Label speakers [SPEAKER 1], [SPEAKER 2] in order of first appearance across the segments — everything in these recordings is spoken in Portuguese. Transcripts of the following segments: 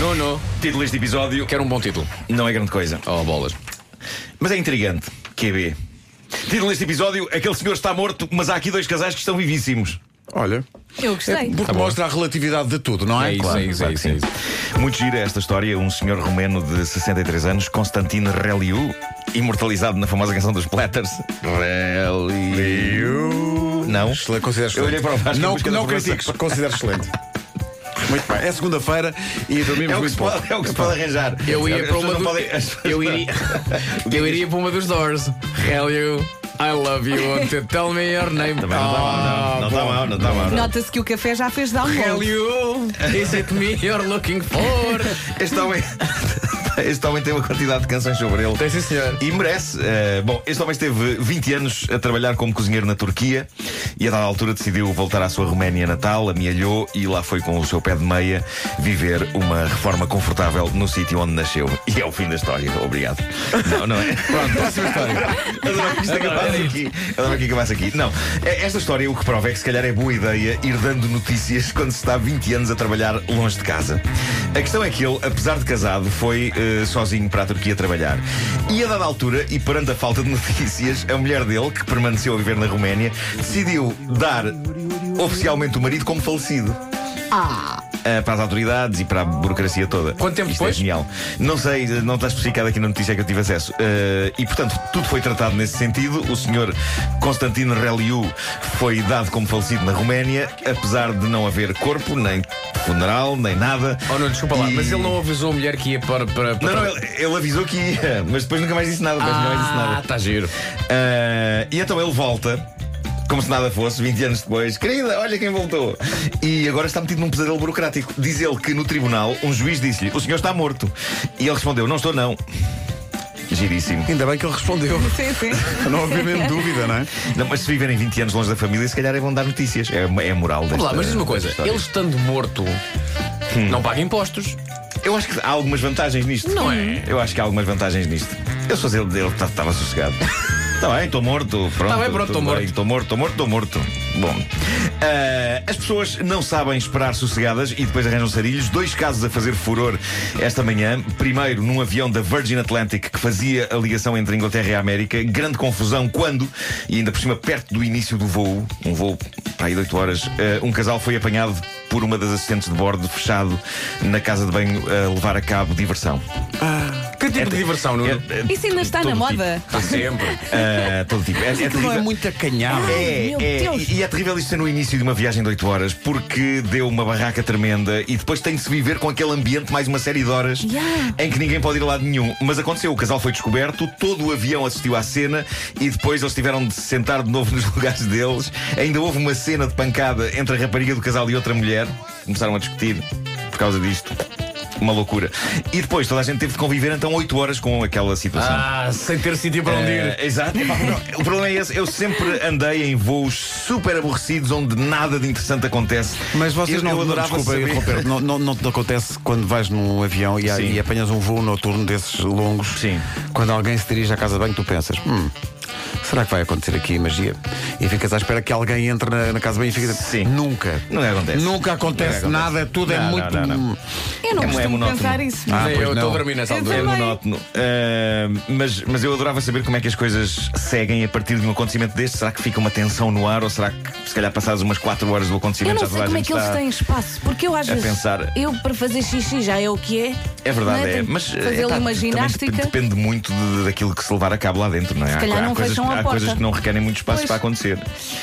[SPEAKER 1] Nuno,
[SPEAKER 2] Título deste episódio
[SPEAKER 1] quero um bom título.
[SPEAKER 2] não é grande coisa,
[SPEAKER 1] Oh, bolas.
[SPEAKER 2] mas é intrigante. QB. Título deste episódio: Aquele senhor está morto, mas há aqui dois casais que estão vivíssimos.
[SPEAKER 3] Olha. tá
[SPEAKER 4] Eu
[SPEAKER 2] É
[SPEAKER 4] gostei.
[SPEAKER 3] Porque
[SPEAKER 1] bom.
[SPEAKER 3] mostra a relatividade de tudo, não é?
[SPEAKER 1] É isso, é isso, é
[SPEAKER 2] claro
[SPEAKER 1] isso,
[SPEAKER 2] que
[SPEAKER 1] é
[SPEAKER 2] sim.
[SPEAKER 1] isso.
[SPEAKER 2] Muito gira esta história. Um senhor romeno de 63 anos, Constantino Reliu, imortalizado na famosa canção dos Platters. Reliu. Não?
[SPEAKER 3] Excelente, considero
[SPEAKER 2] Eu
[SPEAKER 3] excelente.
[SPEAKER 2] olhei para o Vasco em
[SPEAKER 3] não
[SPEAKER 2] busca da
[SPEAKER 3] não
[SPEAKER 2] formação.
[SPEAKER 3] critiques, considero excelente. Muito bem. É segunda-feira e dormimos
[SPEAKER 2] É o, que
[SPEAKER 3] muito
[SPEAKER 2] se
[SPEAKER 3] pouco.
[SPEAKER 2] pode, é o que se pode arranjar.
[SPEAKER 1] Eu
[SPEAKER 2] As
[SPEAKER 1] ia para
[SPEAKER 2] pessoas
[SPEAKER 1] uma
[SPEAKER 2] não
[SPEAKER 1] do...
[SPEAKER 2] podem- as pessoas
[SPEAKER 1] Eu
[SPEAKER 2] não-
[SPEAKER 1] iria.
[SPEAKER 2] O que é
[SPEAKER 1] Eu
[SPEAKER 2] que
[SPEAKER 1] iria para uma dos Doors. Hell you. I love you until tell me your name.
[SPEAKER 2] Também não está mal, não. Não está mal, não está mal. não.
[SPEAKER 4] Nota-se que o café já fez um
[SPEAKER 1] Hell
[SPEAKER 4] download.
[SPEAKER 1] you. Is it me you're looking for?
[SPEAKER 2] Este homem. Este homem tem uma quantidade de canções sobre ele.
[SPEAKER 1] Tem sim, senhor.
[SPEAKER 2] E merece. Eh, bom, este homem esteve 20 anos a trabalhar como cozinheiro na Turquia e a dada altura decidiu voltar à sua Roménia natal, amealhou e lá foi com o seu pé de meia viver uma reforma confortável no sítio onde nasceu. E é o fim da história. Obrigado. Não, não é?
[SPEAKER 3] Pronto, próxima história.
[SPEAKER 2] Adorava é que isto acabasse aqui. Adorava que acabasse aqui. Não, é- esta história o que prova é que se calhar é boa ideia ir dando notícias quando se está 20 anos a trabalhar longe de casa. A questão é que ele, apesar de casado, foi eh, sozinho para a Turquia trabalhar. E a dada altura, e perante a falta de notícias, a mulher dele, que permaneceu a viver na Roménia, decidiu dar oficialmente o marido como falecido. eh, para as autoridades e para a burocracia toda.
[SPEAKER 1] Quanto tempo
[SPEAKER 2] Isto
[SPEAKER 1] depois?
[SPEAKER 2] É genial. Não sei, não está especificado aqui na notícia que eu tive acesso. Eh, e, portanto, tudo foi tratado nesse sentido. O senhor Constantino Reliu foi dado como falecido na Roménia, apesar de não haver corpo, nem funeral, nem nada.
[SPEAKER 1] Oh, não, desculpa lá,
[SPEAKER 2] E-
[SPEAKER 1] mas ele não avisou a mulher que ia para. para, para
[SPEAKER 2] Não, não, ele, ele avisou que ia, mas depois nunca mais disse nada. Depois nunca mais disse
[SPEAKER 1] Ah,
[SPEAKER 2] nada.
[SPEAKER 1] está giro.
[SPEAKER 2] Ah, e então ele volta. Como se nada fosse, 20 anos depois, querida, olha quem voltou. E agora está metido num pesadelo burocrático. Diz ele que no tribunal um juiz disse-lhe: O senhor está morto. E ele respondeu: Não estou, não. Giríssimo.
[SPEAKER 3] Ainda bem que ele respondeu.
[SPEAKER 4] Sim, sim.
[SPEAKER 3] Não havia mesmo dúvida, não é?
[SPEAKER 2] Não, mas se viverem 20 anos longe da família, se calhar é vão dar notícias. É, é a moral desta
[SPEAKER 1] Vamos lá, mas diz uma coisa:
[SPEAKER 2] desta história. Hum.
[SPEAKER 1] ele estando morto, não paga impostos.
[SPEAKER 2] Eu acho que há algumas vantagens nisto.
[SPEAKER 1] Não é?
[SPEAKER 2] Eu acho que há algumas vantagens nisto. Eu sou ele, ele estava sossegado. Está bem, estou morto. Pronto,
[SPEAKER 1] Tá bem, pronto, tô
[SPEAKER 2] tudo
[SPEAKER 1] morto.
[SPEAKER 2] bem, Estou morto, estou morto, estou morto. Bom, ah, as pessoas não sabem esperar sossegadas e depois arranjam sarilhos. Dois casos a fazer furor esta manhã. Primeiro, num avião da Virgin Atlantic que fazia a ligação entre Inglaterra e a América. Grande confusão quando, e ainda por cima perto do início do voo, um voo para aí de 8 horas, ah, um casal foi apanhado por uma das assistentes de bordo fechado na casa de banho a levar a cabo diversão.
[SPEAKER 1] Que tipo de diversão, Nuno?
[SPEAKER 2] É, é,
[SPEAKER 4] Isso ainda está
[SPEAKER 2] todo
[SPEAKER 4] na
[SPEAKER 2] tipo.
[SPEAKER 4] moda.
[SPEAKER 1] Está sempre.
[SPEAKER 2] Ah, todo tipo. É, é terrível.
[SPEAKER 3] muito acanhado.
[SPEAKER 2] É,
[SPEAKER 4] Meu
[SPEAKER 2] é,
[SPEAKER 4] Deus.
[SPEAKER 2] e e é terrível isto ser no início de uma viagem de 8 horas porque deu uma barraca tremenda e depois tem de se viver com aquele ambiente mais uma série de horas
[SPEAKER 4] Yeah.
[SPEAKER 2] em que ninguém pode ir a lado nenhum. Mas aconteceu, o casal foi descoberto, todo o avião assistiu à cena e depois eles tiveram de se sentar de novo nos lugares deles. Ainda houve uma cena de pancada entre a rapariga do casal e outra mulher. Começaram a discutir por causa disto. Uma loucura. E depois toda a gente teve de conviver então 8 horas com aquela situação.
[SPEAKER 1] Ah, sem ter sítio para onde ir.
[SPEAKER 2] É, exato. Epá, não, o problema é esse. Eu sempre andei em voos super aborrecidos onde nada de interessante acontece.
[SPEAKER 3] Mas vocês
[SPEAKER 2] eu,
[SPEAKER 3] não
[SPEAKER 2] eu adorava
[SPEAKER 3] desculpa,
[SPEAKER 2] saber.
[SPEAKER 3] interromper, não, não, não te acontece quando vais num avião e, há-
[SPEAKER 2] Sim.
[SPEAKER 3] e apanhas um voo noturno desses longos.
[SPEAKER 2] Sim.
[SPEAKER 3] Quando alguém se dirige à casa de banho, tu pensas, hum, será que vai acontecer aqui magia? E ficas à espera que alguém entre na, na casa de banho e fica tipo,
[SPEAKER 2] Sim.
[SPEAKER 3] Nunca.
[SPEAKER 2] Não acontece.
[SPEAKER 3] Nunca acontece,
[SPEAKER 2] Não acontece.
[SPEAKER 3] nada, tudo
[SPEAKER 2] Não,
[SPEAKER 3] é
[SPEAKER 2] não,
[SPEAKER 3] muito.
[SPEAKER 2] não, não.
[SPEAKER 4] Eu não
[SPEAKER 2] É
[SPEAKER 4] costumo
[SPEAKER 2] monótono.
[SPEAKER 4] pensar isso.
[SPEAKER 3] Ah,
[SPEAKER 1] Nem
[SPEAKER 3] pois
[SPEAKER 1] eu
[SPEAKER 3] não.
[SPEAKER 1] estou a dormir nessa
[SPEAKER 4] Eu
[SPEAKER 1] altura.
[SPEAKER 2] É
[SPEAKER 4] também.
[SPEAKER 2] monótono. Ah, mas, mas eu adorava saber como é que as coisas seguem a partir de um acontecimento deste. Será que fica uma tensão no ar ou será que, se calhar, passadas umas 4 horas do
[SPEAKER 4] Eu
[SPEAKER 2] acontecimento,
[SPEAKER 4] não
[SPEAKER 2] já toda
[SPEAKER 4] sei
[SPEAKER 2] a
[SPEAKER 4] como é
[SPEAKER 2] gente
[SPEAKER 4] que eles
[SPEAKER 2] está...
[SPEAKER 4] têm espaço, porque eu às
[SPEAKER 2] a
[SPEAKER 4] vezes
[SPEAKER 2] pensar.
[SPEAKER 4] eu para fazer xixi já é o que é.
[SPEAKER 2] É verdade,
[SPEAKER 4] não
[SPEAKER 2] é.
[SPEAKER 4] Tenho que
[SPEAKER 2] Mas
[SPEAKER 4] fazer
[SPEAKER 2] eh, pá,
[SPEAKER 4] ali uma
[SPEAKER 2] também dep-
[SPEAKER 4] ginástica.
[SPEAKER 2] depende muito de- daquilo que se levar a cabo lá dentro, não é?
[SPEAKER 4] Se calhar
[SPEAKER 2] há
[SPEAKER 4] não
[SPEAKER 2] coisas,
[SPEAKER 4] fecham a
[SPEAKER 2] há
[SPEAKER 4] porta.
[SPEAKER 2] coisas que não requerem muito espaço
[SPEAKER 4] Pois.
[SPEAKER 2] para acontecer.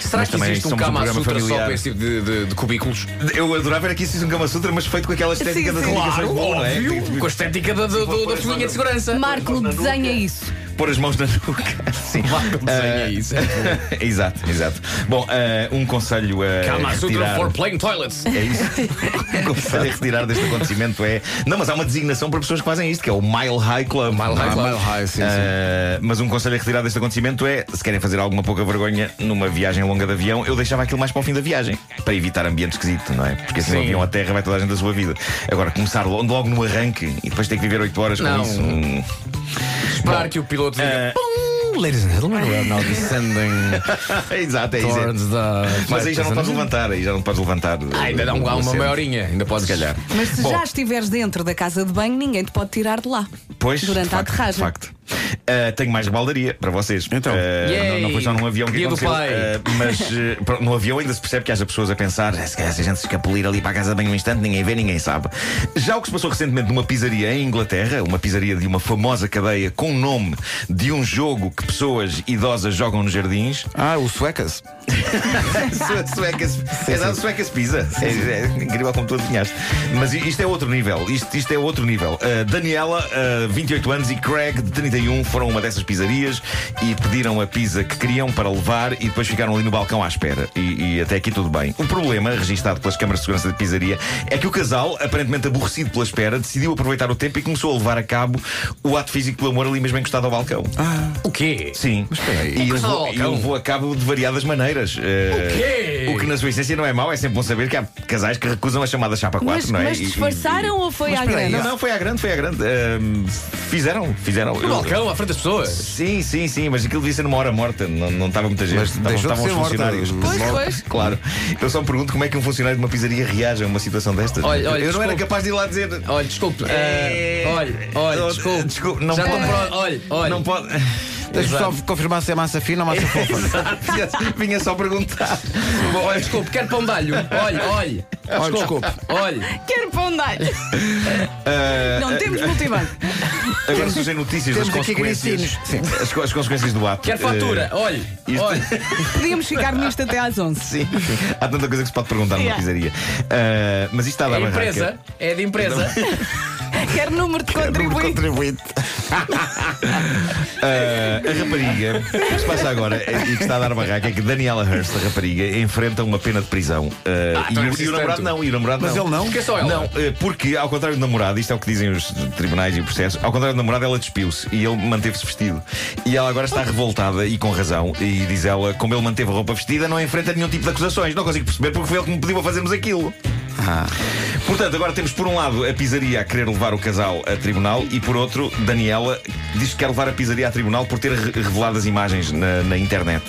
[SPEAKER 1] Será
[SPEAKER 2] Mas
[SPEAKER 1] que
[SPEAKER 2] também
[SPEAKER 1] existe um
[SPEAKER 2] somos
[SPEAKER 1] Kama
[SPEAKER 2] programa
[SPEAKER 1] Sutra só
[SPEAKER 2] familiar.
[SPEAKER 1] para esse tipo de, de- de cubículos?
[SPEAKER 2] Eu adorava era que isso fosse um Kama Sutra, mas feito com aquela estética
[SPEAKER 4] Sim,
[SPEAKER 2] das
[SPEAKER 4] sim.
[SPEAKER 2] ligações de bola, não é? Tem que-
[SPEAKER 1] tipo, Com a estética da,
[SPEAKER 2] Tipo,
[SPEAKER 1] do- do- da folhinha de segurança.
[SPEAKER 4] Marco desenha isso.
[SPEAKER 2] Pôr as mãos na nuca. Sim.
[SPEAKER 1] Desenha é isso.
[SPEAKER 2] Ah, exato, exato. Bom, ah, um conselho a
[SPEAKER 1] Kama Sutra
[SPEAKER 2] retirar.
[SPEAKER 1] for plain toilets.
[SPEAKER 4] Ah,
[SPEAKER 2] É isso. um conselho a retirar deste acontecimento é. Não, mas há uma designação para pessoas que fazem isto, que é o Mile High Club.
[SPEAKER 1] Mile High É.
[SPEAKER 3] Ah,
[SPEAKER 1] Club.
[SPEAKER 3] mile high, sim, sim.
[SPEAKER 2] Ah, mas um conselho a retirar deste acontecimento é: se querem fazer alguma pouca vergonha numa viagem longa de avião, eu deixava aquilo mais para o fim da viagem, para evitar ambiente esquisito, não é? Porque assim o
[SPEAKER 1] Sim.
[SPEAKER 2] avião à terra vai toda a gente da sua vida. Agora, começar lo- logo no arranque e depois ter que viver 8 horas
[SPEAKER 1] Não.
[SPEAKER 2] com isso. hum.
[SPEAKER 1] Esperar que o piloto diga.
[SPEAKER 2] Ah,
[SPEAKER 1] ladies and gentlemen, we are now descending
[SPEAKER 2] Exato, é isso. é.
[SPEAKER 1] towards the.
[SPEAKER 2] Mas aí já não podes levantar, aí já não podes levantar. eh,
[SPEAKER 1] Ah, ainda não, há uma maiorinha, ainda podes
[SPEAKER 2] Se calhar.
[SPEAKER 4] Mas se
[SPEAKER 2] Bom,
[SPEAKER 4] já estiveres dentro da casa de banho, ninguém te pode tirar de lá.
[SPEAKER 2] Pois,
[SPEAKER 4] durante
[SPEAKER 2] de
[SPEAKER 4] a
[SPEAKER 2] facto,
[SPEAKER 4] aterragem.
[SPEAKER 2] De facto. Ah, tenho mais rebaldaria para vocês.
[SPEAKER 3] Então.
[SPEAKER 2] Ah,
[SPEAKER 1] Yay!
[SPEAKER 2] não, não foi só num avião que
[SPEAKER 1] Dia do
[SPEAKER 2] aconteceu.
[SPEAKER 1] pai.
[SPEAKER 2] ah, mas ah, pronto, no avião ainda se percebe que haja pessoas a pensar, "Ah, se calhar se a gente se escapulir ali para a casa de banho um instante, ninguém vê, ninguém sabe. Já o que se passou recentemente numa pizzaria em Inglaterra, uma pizzaria de uma famosa cadeia com o nome de um jogo que pessoas idosas jogam nos jardins.
[SPEAKER 3] Ah, o suecas.
[SPEAKER 2] Sue- Suecas, é dado suecas pizza. É, é incrível como tu adivinhaste. Mas i- isto é outro nível. Isto, isto é outro nível. Uh, Daniela, uh, 28 anos, e Craig, de 31, foram a uma dessas pizzarias e pediram a pizza que queriam para levar e depois ficaram ali no balcão à espera. E, e até aqui tudo bem. O problema, registado pelas câmaras de segurança da pizzaria, é que o casal, aparentemente aborrecido pela espera, decidiu aproveitar o tempo e começou a levar a cabo o ato físico pelo amor ali mesmo encostado ao balcão.
[SPEAKER 1] O quê?
[SPEAKER 2] Sim.
[SPEAKER 3] aí.
[SPEAKER 2] E
[SPEAKER 1] O
[SPEAKER 2] ele
[SPEAKER 1] que
[SPEAKER 2] levou-
[SPEAKER 1] só,
[SPEAKER 2] e
[SPEAKER 1] cão?
[SPEAKER 2] ele levou a cabo de variadas maneiras. Eh,
[SPEAKER 1] Então, O quê?
[SPEAKER 2] O que na sua essência não é mau, é sempre bom saber que há casais que recusam a chamada chapa 4,
[SPEAKER 4] Mas,
[SPEAKER 2] não é?
[SPEAKER 4] mas
[SPEAKER 2] E- e-
[SPEAKER 4] disfarçaram ou foi à
[SPEAKER 2] e-
[SPEAKER 4] grande?
[SPEAKER 2] Não, não, foi à grande, foi à grande. Ahm, fizeram, fizeram.
[SPEAKER 1] No
[SPEAKER 2] Eu-
[SPEAKER 1] balcão, à frente das pessoas.
[SPEAKER 2] Sim, sim, sim, mas aquilo devia ser numa hora morta, não, não estava muita gente,
[SPEAKER 3] Mas
[SPEAKER 2] estavam,
[SPEAKER 3] deixou de
[SPEAKER 2] estavam
[SPEAKER 3] ser
[SPEAKER 2] os
[SPEAKER 3] morta.
[SPEAKER 2] funcionários.
[SPEAKER 3] Pois,
[SPEAKER 2] Logo,
[SPEAKER 4] pois.
[SPEAKER 2] Claro. Eu só me pergunto como é que um funcionário de uma pizzaria reage a uma situação destas.
[SPEAKER 1] Olha, olha,
[SPEAKER 2] eu não era
[SPEAKER 1] desculpe.
[SPEAKER 2] capaz de ir lá dizer.
[SPEAKER 1] Olha, desculpe. eh,
[SPEAKER 2] Eh,
[SPEAKER 1] olha, olha,
[SPEAKER 2] oh,
[SPEAKER 1] desculpe.
[SPEAKER 2] desculpe, não
[SPEAKER 1] Já
[SPEAKER 2] pode-
[SPEAKER 1] não pode. Olha, olha.
[SPEAKER 2] Não pode.
[SPEAKER 3] Deixa-me
[SPEAKER 1] Exato.
[SPEAKER 3] só confirmar se é massa fina ou massa fofa.
[SPEAKER 2] vinha, vinha só perguntar.
[SPEAKER 1] Bom, olha, desculpe, quero pão-dalho. Olha, olha.
[SPEAKER 3] Olha, desculpe.
[SPEAKER 1] Olha.
[SPEAKER 4] Quero pão de alho.
[SPEAKER 2] Eh,
[SPEAKER 4] Não temos multibanco.
[SPEAKER 2] Agora surgem notícias das
[SPEAKER 3] Temos aqui
[SPEAKER 2] consequências.
[SPEAKER 3] grisinhos. Sim.
[SPEAKER 2] As, co- as consequências do ato.
[SPEAKER 1] Quero fatura.
[SPEAKER 2] Eh,
[SPEAKER 1] Olha,
[SPEAKER 2] isto-
[SPEAKER 1] olha.
[SPEAKER 4] Podíamos ficar nisto até às 11.
[SPEAKER 2] Eh, Sim, sim. há tanta coisa que se pode perguntar numa
[SPEAKER 4] Yeah.
[SPEAKER 2] pizzaria. Eh, mas isto está a
[SPEAKER 1] É
[SPEAKER 2] dar barraca.
[SPEAKER 1] empresa. É de empresa.
[SPEAKER 4] Quero número de contribuinte.
[SPEAKER 3] Contribuinte.
[SPEAKER 2] Eh, a rapariga, o que se passa agora eh, e que está a dar barraca é que Daniela Hurst, a rapariga, enfrenta uma pena de prisão. Eh,
[SPEAKER 1] Ah,
[SPEAKER 2] e,
[SPEAKER 1] então
[SPEAKER 2] o-
[SPEAKER 1] é
[SPEAKER 2] e
[SPEAKER 1] preciso
[SPEAKER 2] o namorado
[SPEAKER 1] tanto.
[SPEAKER 2] não, e o namorado
[SPEAKER 3] Mas
[SPEAKER 2] não.
[SPEAKER 3] ele não?
[SPEAKER 1] Porque é só ela.
[SPEAKER 2] Não, eh, porque ao contrário do namorado, isto é o que dizem os tribunais e o processo, ao contrário do namorado, ela despiu-se e ele manteve-se vestido. E ela agora está revoltada e com razão. E diz ela, como ele manteve a roupa vestida, não enfrenta nenhum tipo de acusações. Não consigo perceber porque foi ele que me pediu a fazermos aquilo.
[SPEAKER 3] Ah.
[SPEAKER 2] Portanto, agora temos por um lado a pizzaria a querer levar o casal a tribunal e por outro, Daniela diz que quer levar a pizzaria a tribunal por ter re- revelado as imagens na, na internet.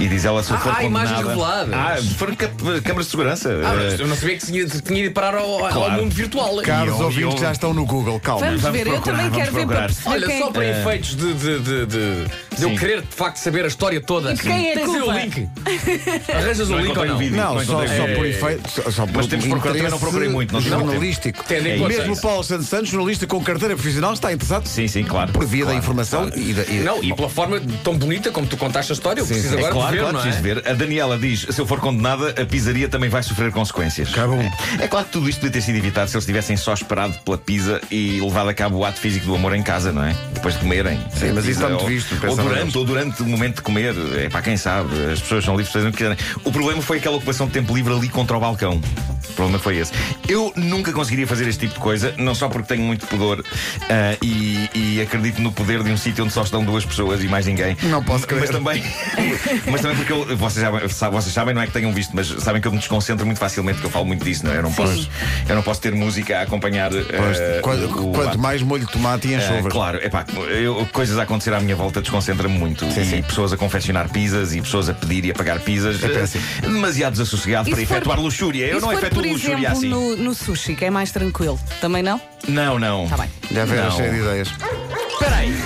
[SPEAKER 2] E diz ela se eu
[SPEAKER 1] Ah,
[SPEAKER 2] for
[SPEAKER 1] há imagens
[SPEAKER 2] condenada-
[SPEAKER 1] reveladas.
[SPEAKER 2] Ah, foram cap- câmaras de segurança.
[SPEAKER 1] Ah,
[SPEAKER 2] Eh,
[SPEAKER 1] mas eu não sabia que tinha, tinha ido parar ao, ao
[SPEAKER 2] Claro.
[SPEAKER 1] mundo virtual.
[SPEAKER 3] Caros
[SPEAKER 2] E um- eu-
[SPEAKER 3] ouvintes
[SPEAKER 2] eu-
[SPEAKER 3] já estão no Google, calma.
[SPEAKER 4] Vamos,
[SPEAKER 2] Vamos
[SPEAKER 4] ver, eu
[SPEAKER 2] procurar,
[SPEAKER 4] também
[SPEAKER 2] vamos
[SPEAKER 4] quero ver
[SPEAKER 2] procurar.
[SPEAKER 4] para perceber
[SPEAKER 1] Olha,
[SPEAKER 4] quem é.
[SPEAKER 1] só para efeitos de, de, de, de- de eu
[SPEAKER 2] É. Sim.
[SPEAKER 1] querer de facto saber a história toda.
[SPEAKER 4] E quem é a
[SPEAKER 1] Tens aí o
[SPEAKER 4] culpa?
[SPEAKER 1] link. Arranjas o
[SPEAKER 2] Não
[SPEAKER 1] link ou
[SPEAKER 2] encontrei
[SPEAKER 1] não?
[SPEAKER 2] o vídeo.
[SPEAKER 3] Não,
[SPEAKER 2] Não
[SPEAKER 3] só,
[SPEAKER 2] encontrei.
[SPEAKER 3] só por
[SPEAKER 2] É.
[SPEAKER 3] efeito. Só, só por
[SPEAKER 2] Mas temos que procurar, também não
[SPEAKER 3] interesse
[SPEAKER 2] procurei muito, não tive muito
[SPEAKER 3] jornalístico.
[SPEAKER 1] tempo. Tendo
[SPEAKER 3] Mesmo
[SPEAKER 1] em conta
[SPEAKER 3] o
[SPEAKER 1] isso.
[SPEAKER 3] Paulo Santos Santos, jornalista com carteira profissional, está interessado
[SPEAKER 2] Sim, sim, claro.
[SPEAKER 3] por via da
[SPEAKER 2] Claro,
[SPEAKER 3] informação
[SPEAKER 2] claro.
[SPEAKER 3] e da. e-
[SPEAKER 1] Não, e pela forma tão bonita como tu contaste a história, eu preciso
[SPEAKER 2] É
[SPEAKER 1] agora
[SPEAKER 2] claro,
[SPEAKER 1] de ver,
[SPEAKER 2] claro,
[SPEAKER 1] não é?
[SPEAKER 2] preciso ver. A Daniela diz: se eu for condenada, a pizzaria também vai sofrer consequências.
[SPEAKER 3] Acabou.
[SPEAKER 2] É, é claro que tudo isto podia ter sido evitado se eles tivessem só esperado pela pizza e levado a cabo o ato físico do amor em casa, não é? Depois de comerem.
[SPEAKER 3] Sim, mas isso está
[SPEAKER 2] A pizza,
[SPEAKER 3] muito
[SPEAKER 2] ou-
[SPEAKER 3] visto,
[SPEAKER 2] Ou
[SPEAKER 3] pensava neles.
[SPEAKER 2] durante, ou durante o momento de comer. É para quem sabe. As pessoas são livres de fazer o que quiserem. O problema foi aquela ocupação de tempo livre ali contra o balcão. O problema foi esse. Eu nunca conseguiria fazer este tipo de coisa, não só porque tenho muito pudor ah, e, e acredito no poder de um sítio onde só estão duas pessoas e mais ninguém.
[SPEAKER 3] Não posso
[SPEAKER 2] Mas
[SPEAKER 3] crer.
[SPEAKER 2] também, mas também porque eu, vocês, já, sa- vocês sabem, não é que tenham visto, mas sabem que eu me desconcentro muito facilmente, que eu falo muito disso, não é? Eu não, posso, eu não posso ter música a acompanhar.
[SPEAKER 3] Pois,
[SPEAKER 2] eh,
[SPEAKER 3] quanto,
[SPEAKER 2] o- o-
[SPEAKER 3] quanto mais molho de tomate e
[SPEAKER 2] eh,
[SPEAKER 1] é?
[SPEAKER 3] enxovas.
[SPEAKER 2] claro, epá, eu, coisas a acontecer à minha volta desconcentra-me muito. e
[SPEAKER 3] sim.
[SPEAKER 2] pessoas a confeccionar pizzas e pessoas a pedir e a pagar pizzas.
[SPEAKER 3] É
[SPEAKER 2] eh,
[SPEAKER 3] péssimo.
[SPEAKER 1] assim.
[SPEAKER 2] demasiado desassossegado
[SPEAKER 4] E
[SPEAKER 2] para
[SPEAKER 4] se for-
[SPEAKER 2] efetuar luxúria. Eu
[SPEAKER 4] E se
[SPEAKER 2] não
[SPEAKER 4] for,
[SPEAKER 2] efetuo
[SPEAKER 4] por
[SPEAKER 2] luxúria
[SPEAKER 4] exemplo,
[SPEAKER 2] assim.
[SPEAKER 4] no, no sushi, que é mais tranquilo. Também não?
[SPEAKER 2] Não, não.
[SPEAKER 4] Tá bem.
[SPEAKER 3] Já vieram
[SPEAKER 2] Não.
[SPEAKER 3] cheio de ideias.
[SPEAKER 1] Espera aí.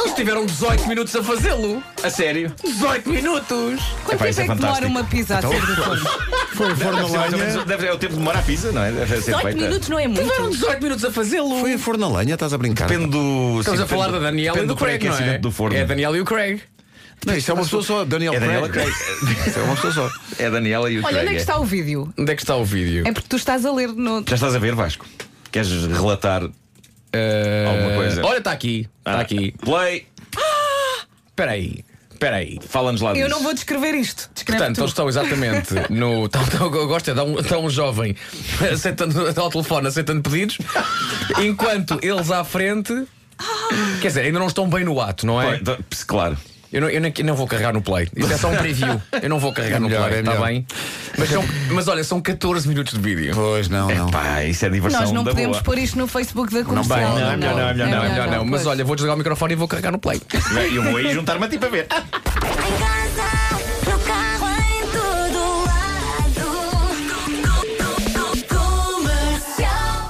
[SPEAKER 1] Eles tiveram 18 minutos a fazê-lo.
[SPEAKER 2] A sério?
[SPEAKER 1] 18 minutos.
[SPEAKER 4] Quanto
[SPEAKER 2] Epá,
[SPEAKER 4] tempo
[SPEAKER 2] isso
[SPEAKER 4] é
[SPEAKER 2] é
[SPEAKER 4] que
[SPEAKER 2] fantástico.
[SPEAKER 4] demora
[SPEAKER 2] Então, é
[SPEAKER 4] uma pizza a ser do forno?
[SPEAKER 3] Então, Foi forno
[SPEAKER 2] Deve ser mais ou
[SPEAKER 3] lenha.
[SPEAKER 2] menos- deve- é o tempo de demorar a pizza, não é? Deve ser
[SPEAKER 4] 18
[SPEAKER 2] feita.
[SPEAKER 4] minutos não é
[SPEAKER 1] Tiveram
[SPEAKER 4] muito.
[SPEAKER 1] 18 minutos a fazê-lo.
[SPEAKER 3] Foi a forno a lenha, estás a brincar?
[SPEAKER 2] Depende do.
[SPEAKER 1] Estamos
[SPEAKER 2] sim,
[SPEAKER 1] a falar da
[SPEAKER 2] depende-
[SPEAKER 1] Daniela e
[SPEAKER 2] depende
[SPEAKER 1] do Craig, não é?
[SPEAKER 2] pré-aquecimento do forno.
[SPEAKER 1] É a Daniela e o Craig.
[SPEAKER 3] Não, isto é uma pessoa só, Daniel
[SPEAKER 2] É Daniela
[SPEAKER 3] Craig.
[SPEAKER 2] Craig.
[SPEAKER 3] Isto é uma pessoa só.
[SPEAKER 2] É a Daniela e o
[SPEAKER 4] Olha,
[SPEAKER 2] Craig.
[SPEAKER 4] onde é que
[SPEAKER 2] é.
[SPEAKER 4] está o vídeo?
[SPEAKER 1] Onde é que está o vídeo?
[SPEAKER 4] É porque tu estás a ler no.
[SPEAKER 2] Já estás a ver, Vasco? Queres relatar?
[SPEAKER 1] Eh,
[SPEAKER 2] Alguma coisa. Ah.
[SPEAKER 1] Olha, está aqui. Está aqui.
[SPEAKER 2] Play.
[SPEAKER 1] Espera aí. Espera aí.
[SPEAKER 2] Fala-nos lá
[SPEAKER 4] Eu
[SPEAKER 2] disso.
[SPEAKER 4] não vou descrever isto. Descreve
[SPEAKER 1] Portanto,
[SPEAKER 4] tu.
[SPEAKER 1] eles estão exatamente no. Estão, estão, eu gosto é de um, está um jovem aceitando, ao telefone, aceitando pedidos, enquanto eles à frente. Quer dizer, ainda não estão bem no ato, não é?
[SPEAKER 2] Play. então, Claro.
[SPEAKER 1] Eu não, eu nem- eu não vou carregar no play. Isto é só um preview. Eu não vou carregar
[SPEAKER 3] É melhor,
[SPEAKER 1] no play,
[SPEAKER 3] é
[SPEAKER 1] está
[SPEAKER 3] melhor.
[SPEAKER 1] bem? Mas, são- mas olha, são 14 minutos de vídeo.
[SPEAKER 3] Pois não, não.
[SPEAKER 2] Pá, isso é diversão
[SPEAKER 4] Nós não
[SPEAKER 2] da
[SPEAKER 4] podemos
[SPEAKER 2] boa.
[SPEAKER 4] pôr isto no Facebook da comercial.
[SPEAKER 3] bem, não,
[SPEAKER 2] é melhor não, é melhor não, é
[SPEAKER 1] Não, não, não. Mas
[SPEAKER 4] pois.
[SPEAKER 1] olha, vou desligar o microfone e vou carregar no play.
[SPEAKER 2] Eu vou aí juntar-me a ti para ver.
[SPEAKER 5] Manhãs